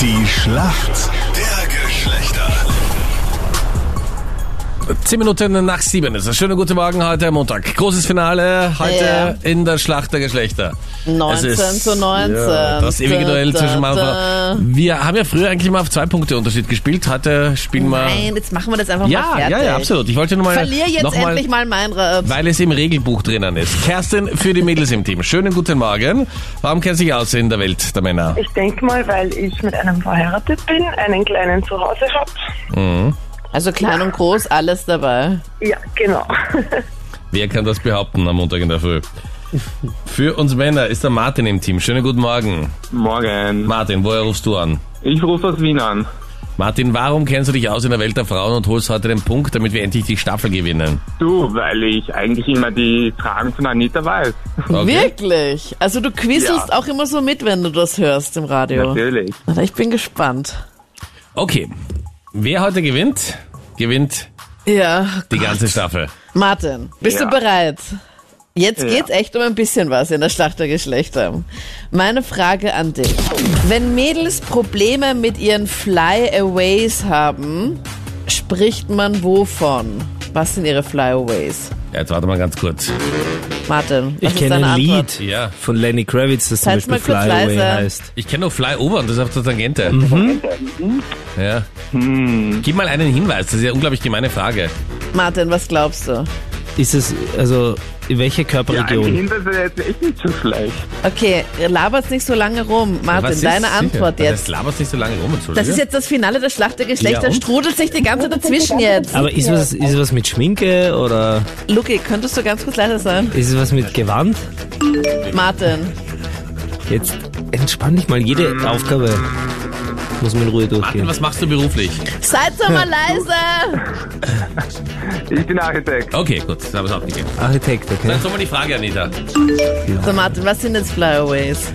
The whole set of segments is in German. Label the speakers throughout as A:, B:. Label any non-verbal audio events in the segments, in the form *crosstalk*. A: Die Schlacht der Geschlechter.
B: Zehn Minuten nach sieben ist es. Schönen guten Morgen heute Montag. Großes Finale heute
C: Ja.
B: in der Schlacht der Geschlechter.
C: 19
B: Es ist,
C: zu 19.
B: Ja, das ewige Duell zwischen Mann und Frau. Wir haben ja früher eigentlich mal auf zwei Punkte Unterschied gespielt. Heute spielen wir.
C: Nein, jetzt machen wir das einfach mal
B: ja,
C: fertig.
B: ja, ja, absolut. Ich wollte nur mal.
C: Verlier jetzt
B: noch mal,
C: endlich mal mein Rap.
B: Weil es im Regelbuch drinnen ist. Kerstin für die Mädels im Team. Schönen guten Morgen. Warum kennt sich aus in der Welt der Männer?
D: Ich denke mal, weil ich mit einem verheiratet bin, einen kleinen zu Hause habe.
C: Also klein und groß, alles dabei.
D: Ja,
B: *laughs*
D: genau.
B: Wer kann das behaupten am Montag in der Früh? Für uns Männer ist der Martin im Team. Schönen guten Morgen.
E: Morgen.
B: Martin, woher rufst du an?
E: Ich rufe aus Wien an.
B: Martin, warum kennst du dich aus in der Welt der Frauen und holst heute den Punkt, damit wir endlich die Staffel gewinnen?
E: Du, weil ich eigentlich immer die Fragen von Anita weiß. *laughs*
B: Okay.
C: Wirklich? Also du quisselst
E: Ja.
C: auch immer so mit, wenn du das hörst im Radio.
E: Natürlich.
C: Na, ich bin gespannt.
B: Okay. Wer heute gewinnt, gewinnt
C: Ja,
B: die ganze Staffel.
C: Martin, bist
E: Ja.
C: du bereit? Jetzt
E: Ja.
C: geht's echt um ein bisschen was in der Schlacht der Geschlechter. Meine Frage an dich. Wenn Mädels Probleme mit ihren Flyaways haben, spricht man wovon? Was sind ihre Flyaways?
B: Ja, jetzt warte mal ganz kurz.
C: Martin, was
F: Ich
C: ist
F: kenne
C: deine
F: ein
C: Antwort?
F: Lied
B: Ja.
F: von Lenny Kravitz, das zum
C: Seid's
F: Beispiel
C: mal kurz
F: Fly Away
C: leiser.
F: heißt.
B: Ich kenne nur Flyover und das ist auf der Tangente.
C: Mhm.
B: Ja. Gib mal einen Hinweis, das ist ja eine unglaublich gemeine Frage.
C: Martin, was glaubst du?
F: Ist es, also, in welcher
E: Ja, die
F: Körperregion?
E: Hinweise wäre jetzt echt nicht so schlecht.
C: Okay, labert's nicht so lange rum.
B: Was
C: Martin,
B: ist
C: deine
B: sicher?
C: Antwort
B: Das
C: jetzt.
B: laberst nicht so lange rum,
C: Das
B: Entschuldige.
C: ist jetzt das Finale der Schlacht der Geschlechter.
B: Ja, und?
C: Strudelt sich die ganze Zeit dazwischen jetzt.
F: Aber ist was, ist was mit Schminke oder
C: Luki, könntest du ganz kurz leiser sein?
F: ist es was mit Gewand?
C: Martin.
F: Jetzt entspann dich mal, jede Aufgabe muss man in Ruhe
B: Martin,
F: durchgehen.
B: was machst du beruflich?
C: Seid doch mal leise!
E: Ich bin Architekt.
B: Okay, gut, das haben wir es abgegeben.
F: Architekt, okay.
B: Dann soll mal die Frage, Anita.
C: So, Martin, was sind jetzt Flyaways?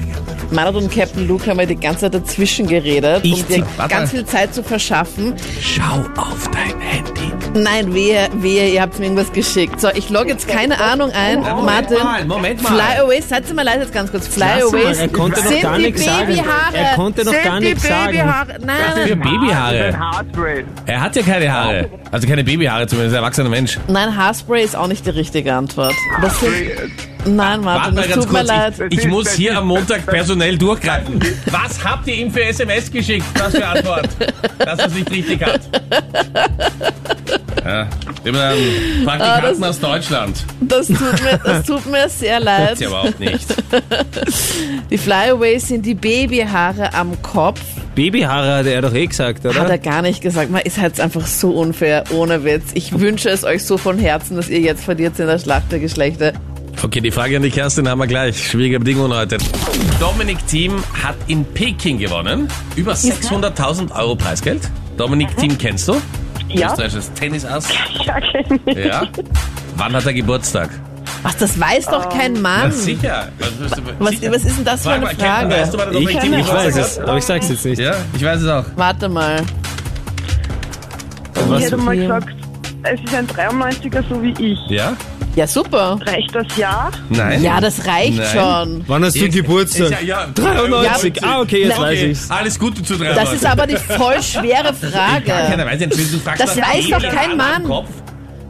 C: Martin und Captain Luke haben ja die ganze Zeit dazwischen geredet,
F: Ich
C: um dir
F: zieh-
B: warte.
C: ganz viel Zeit zu verschaffen.
B: Schau auf dein Handy.
C: Nein, wehe, wehe, ihr habt mir irgendwas geschickt. So, ich log jetzt keine Ahnung ein.
B: Moment
C: Martin,
B: mal, Moment mal.
C: Flyaways, seid mal leise jetzt ganz kurz.
F: Lass mal,
C: Flyaways
F: er konnte noch
C: sind
F: gar
C: die
F: nichts sagen.
C: Babyhaare.
F: Er konnte noch
C: sind
F: gar
C: die
F: nichts sagen.
C: Babyhaare. Nein,
B: Für Babyhaare.
E: Ein Heartrate.
B: Er hat ja keine Haare. Also keine Babyhaare, zumindest ein erwachsener Mensch.
C: nein, Haarspray ist auch nicht die richtige Antwort. Das sind,
B: Warte
C: nein, Martin,
B: mal
C: das
B: ganz
C: tut mir
B: kurz.
C: leid.
B: Ich, ich muss hier am Montag personell durchgreifen. Was habt ihr ihm für SMS geschickt? Was für Antwort? Dass er es nicht richtig hat. Ja, über einen
C: Ah,
B: Praktikanten aus Deutschland.
C: Das tut mir,
F: *laughs*
C: das tut mir sehr leid.
B: Ist ja überhaupt nicht.
C: Die Flyaways sind die Babyhaare am Kopf.
F: Babyhaare hat er doch eh gesagt,
C: Hat er
F: oder?
C: gar nicht gesagt. Man ist halt einfach so unfair, ohne Witz. Ich wünsche es euch so von Herzen, dass ihr jetzt verliert in der Schlacht der Geschlechter.
B: Okay, die Frage an die Kerstin haben wir gleich. Schwierige Bedingungen heute. Dominik Thiem hat in Peking gewonnen. Über 600.000 Euro Preisgeld. Dominik Thiem kennst du?
D: Ja,
B: Österreichisches Tennisass.
D: ja kenn ich.
B: Ja. Wann hat er Geburtstag?
C: Was, das weiß doch
F: Oh.
C: kein
B: Na
C: Mann.
B: sicher. Was,
C: Was, was ist denn das für
B: Frag
C: eine
B: mal, Captain, weißt du, wann
C: Frage?
B: der
F: Ich,
B: Dominik Thiem
F: ich
B: Geburtstag
F: weiß es,
B: hat?
F: aber ich sag's jetzt nicht.
B: Ja, ich weiß es auch.
C: Warte mal.
D: Ich hätte mal
C: hier?
D: gesagt, es ist ein 93er, so wie ich.
B: Ja?
C: Ja, super.
D: Reicht das Jahr?
B: Nein.
C: Ja, das reicht
B: Nein.
C: schon.
F: Wann hast du Geburtstag?
B: Ja, ja.
F: 93.
B: Ja.
F: Ah, okay, jetzt
C: Na,
F: weiß
B: Okay,
F: ich's.
B: alles Gute zu 93.
C: Das ist aber die voll schwere Frage.
B: Keiner weiß, entschuldigung, du fragst
C: Das
B: nach
C: weiß
B: jedem
C: doch kein
B: anderen
C: Mann.
B: Kopf.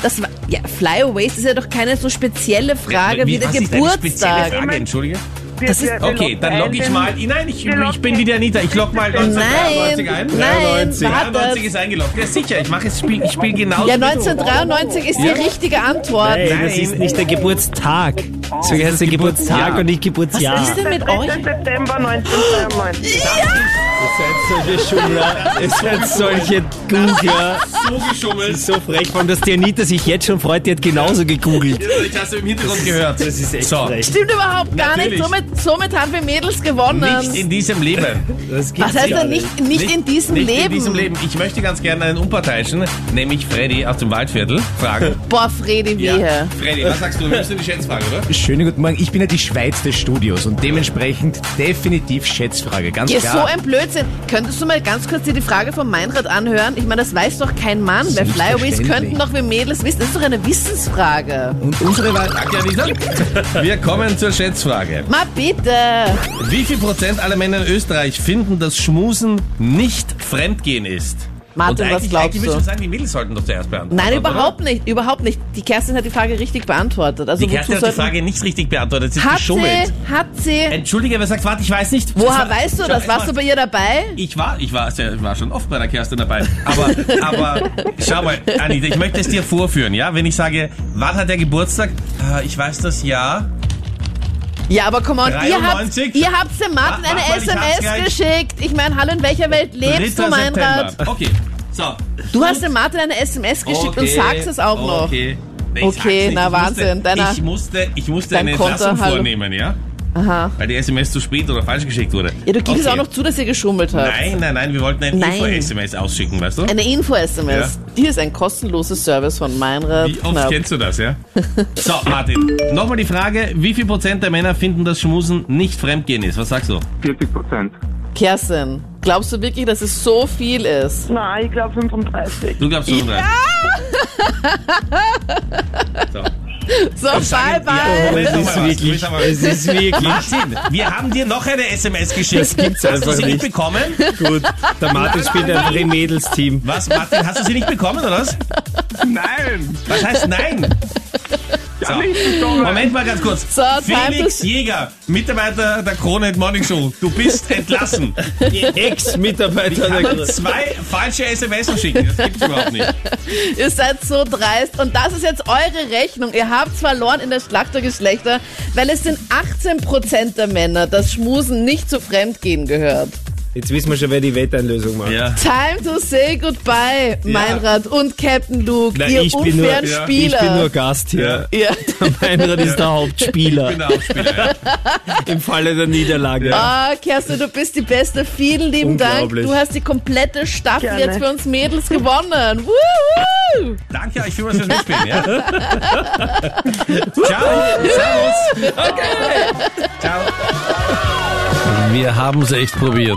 C: Das, wa- ja, Flyaways ist ja doch keine so spezielle Frage wie der
B: was ist deine spezielle
C: Geburtstag.
B: Frage? Entschuldige.
D: Wir-
C: Das ist-
D: wir- wir
B: Okay,
D: locken
B: dann logge ich
D: ein,
B: mal. Nein, ich,
D: Wir
B: ich bin
D: locken-
B: wieder Anita. Ich log mal
C: Nein,
B: 1993 ein.
C: nein,
F: 93.
C: warte.
B: 93 ist eingeloggt. Ja, sicher, ich mache es Spiel. Ich spiele genau
C: Ja, 1993 ist die richtige Antwort.
F: Ey, das ist nicht der Geburtstag. So heißt der Geburtstag und nicht Geburtsjahr.
C: Was ist denn mit euch?
D: 6. September
C: *gasps*
D: 1993.
F: Seid solche Schummler, ihr seid solche Googler.
B: so geschummelt.
F: So frech, vor allem, dass die Anita sich jetzt schon freut, die hat genauso gegoogelt.
B: Ich hast du im Hintergrund gehört.
F: Das ist echt
B: So.
F: frech.
C: Stimmt überhaupt gar
B: Natürlich.
C: nicht. Somit, somit haben wir Mädels
B: Nicht in
C: gewonnen.
B: diesem Leben.
F: Das gibt's
C: Was heißt
F: ja
C: denn nicht, nicht in diesem
B: nicht
C: Leben?
B: in diesem Leben. Ich möchte ganz gerne einen Unparteiischen, nämlich Freddy aus dem Waldviertel,
C: *laughs*
B: fragen.
C: Boah, Fredi, wehe.
B: Freddy, was sagst du? Wir müssen die Schätzfrage, oder?
G: Schönen guten Morgen, ich bin ja die Schweiz des Studios und dementsprechend definitiv Schätzfrage, ganz
C: Ja, so
G: klar.
C: ein Blödsinn. Könntest du mal ganz kurz dir die Frage von Meinrad anhören? Ich meine, das weiß doch kein Nein, Mann, bei Flyaways
G: Selbstverständlich.
C: könnten doch wir Mädels wissen. Das ist doch eine Wissensfrage.
G: Und unsere war *laughs*
B: Danke, Anita. Wir kommen zur Schätzfrage.
C: Mal bitte.
B: Wie viel Prozent aller Männer in Österreich finden, dass Schmusen nicht Fremdgehen ist?
C: Martin,
B: Und eigentlich,
C: was glaubst
B: eigentlich müsste
C: du?
B: man sagen, die Mädels sollten doch zuerst beantworten.
C: Nein,
B: oder?
C: überhaupt nicht. Überhaupt nicht. Die Kerstin hat die Frage richtig beantwortet. Also
B: Die
C: wozu
B: Kerstin hat die
C: sollten-
B: Frage nicht richtig beantwortet. Sie ist
C: Hat
B: geschummelt.
C: sie, hat sie.
B: Entschuldige, wer sagt, warte, ich weiß nicht.
C: Woher
B: Das war-
C: weißt du
B: Schau,
C: das?
B: es
C: Warst
B: war-
C: du bei ihr dabei?
B: Ich war, ich war, ich war schon oft bei der Kerstin dabei. Aber, aber schau mal, Anita, ich möchte es dir vorführen, ja? Wenn ich sage, wann hat er Geburtstag? Äh, ich weiß das Jahr.
C: Ja, aber komm on, ihr habt,
B: 93?
C: ihr habt dem Martin
B: Mach-
C: eine
B: mach mal, ich hab's
C: SMS
B: gleich.
C: geschickt. Ich meine, hallo, in welcher Welt lebst du,
B: September.
C: Meinrad?
B: Okay, so.
C: Du hast dem Martin eine SMS geschickt und sagst es auch noch.
B: Okay. Nee, ich
C: Okay,
B: sag's nicht.
C: na,
B: ich
C: Wahnsinn,
B: Musste,
C: deiner-
B: ich musste, ich musste
C: Dein
B: eine
C: Konter,
B: Entlassung
C: hallo.
B: vornehmen, ja?
C: Aha.
B: Weil die SMS zu spät oder falsch geschickt wurde.
C: Ja, du gibst
B: okay.
C: auch noch zu, dass ihr geschummelt habt.
B: Nein, nein, nein, wir wollten ein E
C: Nein.
B: Info-SMS ausschicken, weißt du?
C: Eine Info-SMS.
B: Ja.
C: Die ist ein kostenloses Service von Meinrad.
B: Wie oft
C: Knapp.
B: kennst du das, *laughs* ja? So, Martin, nochmal die Frage, wie viel Prozent der Männer finden, dass Schmusen nicht Fremdgehen ist? Was sagst du?
E: 40 Prozent.
C: Kerstin, glaubst du wirklich, dass es so viel ist?
D: Nein, ich glaube 35.
B: Du glaubst 35. So.
C: So, bye, bye.
B: Moment,
F: Es ist
B: nochmal was. Du
F: wirklich,
B: willst aber-
F: es ist wirklich
B: Martin, wir haben dir noch eine SMS geschickt. Das
F: gibt's
B: Hast du
F: einfach
B: sie
F: nicht.
B: nicht bekommen?
F: gut. Der Martin spielt einfach im Mädels-Team.
B: Was, Martin, hast du sie nicht bekommen, oder was?
E: Nein!
B: Was heißt nein? So. Moment mal ganz kurz.
C: So, time
B: Felix
C: to-
B: Jäger, Mitarbeiter der Krone Hit Morning Show, du bist entlassen.
F: Ex-Mitarbeiter der
B: Aber
F: Gruppe.
B: zwei falsche SMS schicken, das gibt's überhaupt nicht.
C: Ihr seid so dreist. Und das ist jetzt eure Rechnung. Ihr habt verloren in der Schlacht der Geschlechter, weil es sind 18% der Männer, dass Schmusen nicht zu Fremdgehen gehört.
F: Jetzt wissen wir schon, wer die Wetteinlösung macht.
B: Ja.
C: Time to say goodbye, Meinrad und Captain Luke,
F: Na,
C: ihr
F: ich bin nur-
C: unfairen
B: ja,
C: Spieler.
F: Ich bin nur Gast hier.
C: ja.
F: Meinrad ist der Hauptspieler
B: Genau, Spieler. ja.
F: im Falle der Niederlage.
C: Ah, Kerstin, du bist die Beste. Vielen lieben Dank.
F: Unglaublich.
C: Du hast die komplette Staffel
D: Gerne.
C: jetzt für uns Mädels gewonnen. Wuhu!
B: Danke euch vielmals fürs Mitspielen. Ja. Ciao. Servus. Okay. Ciao. Wir haben es echt probiert.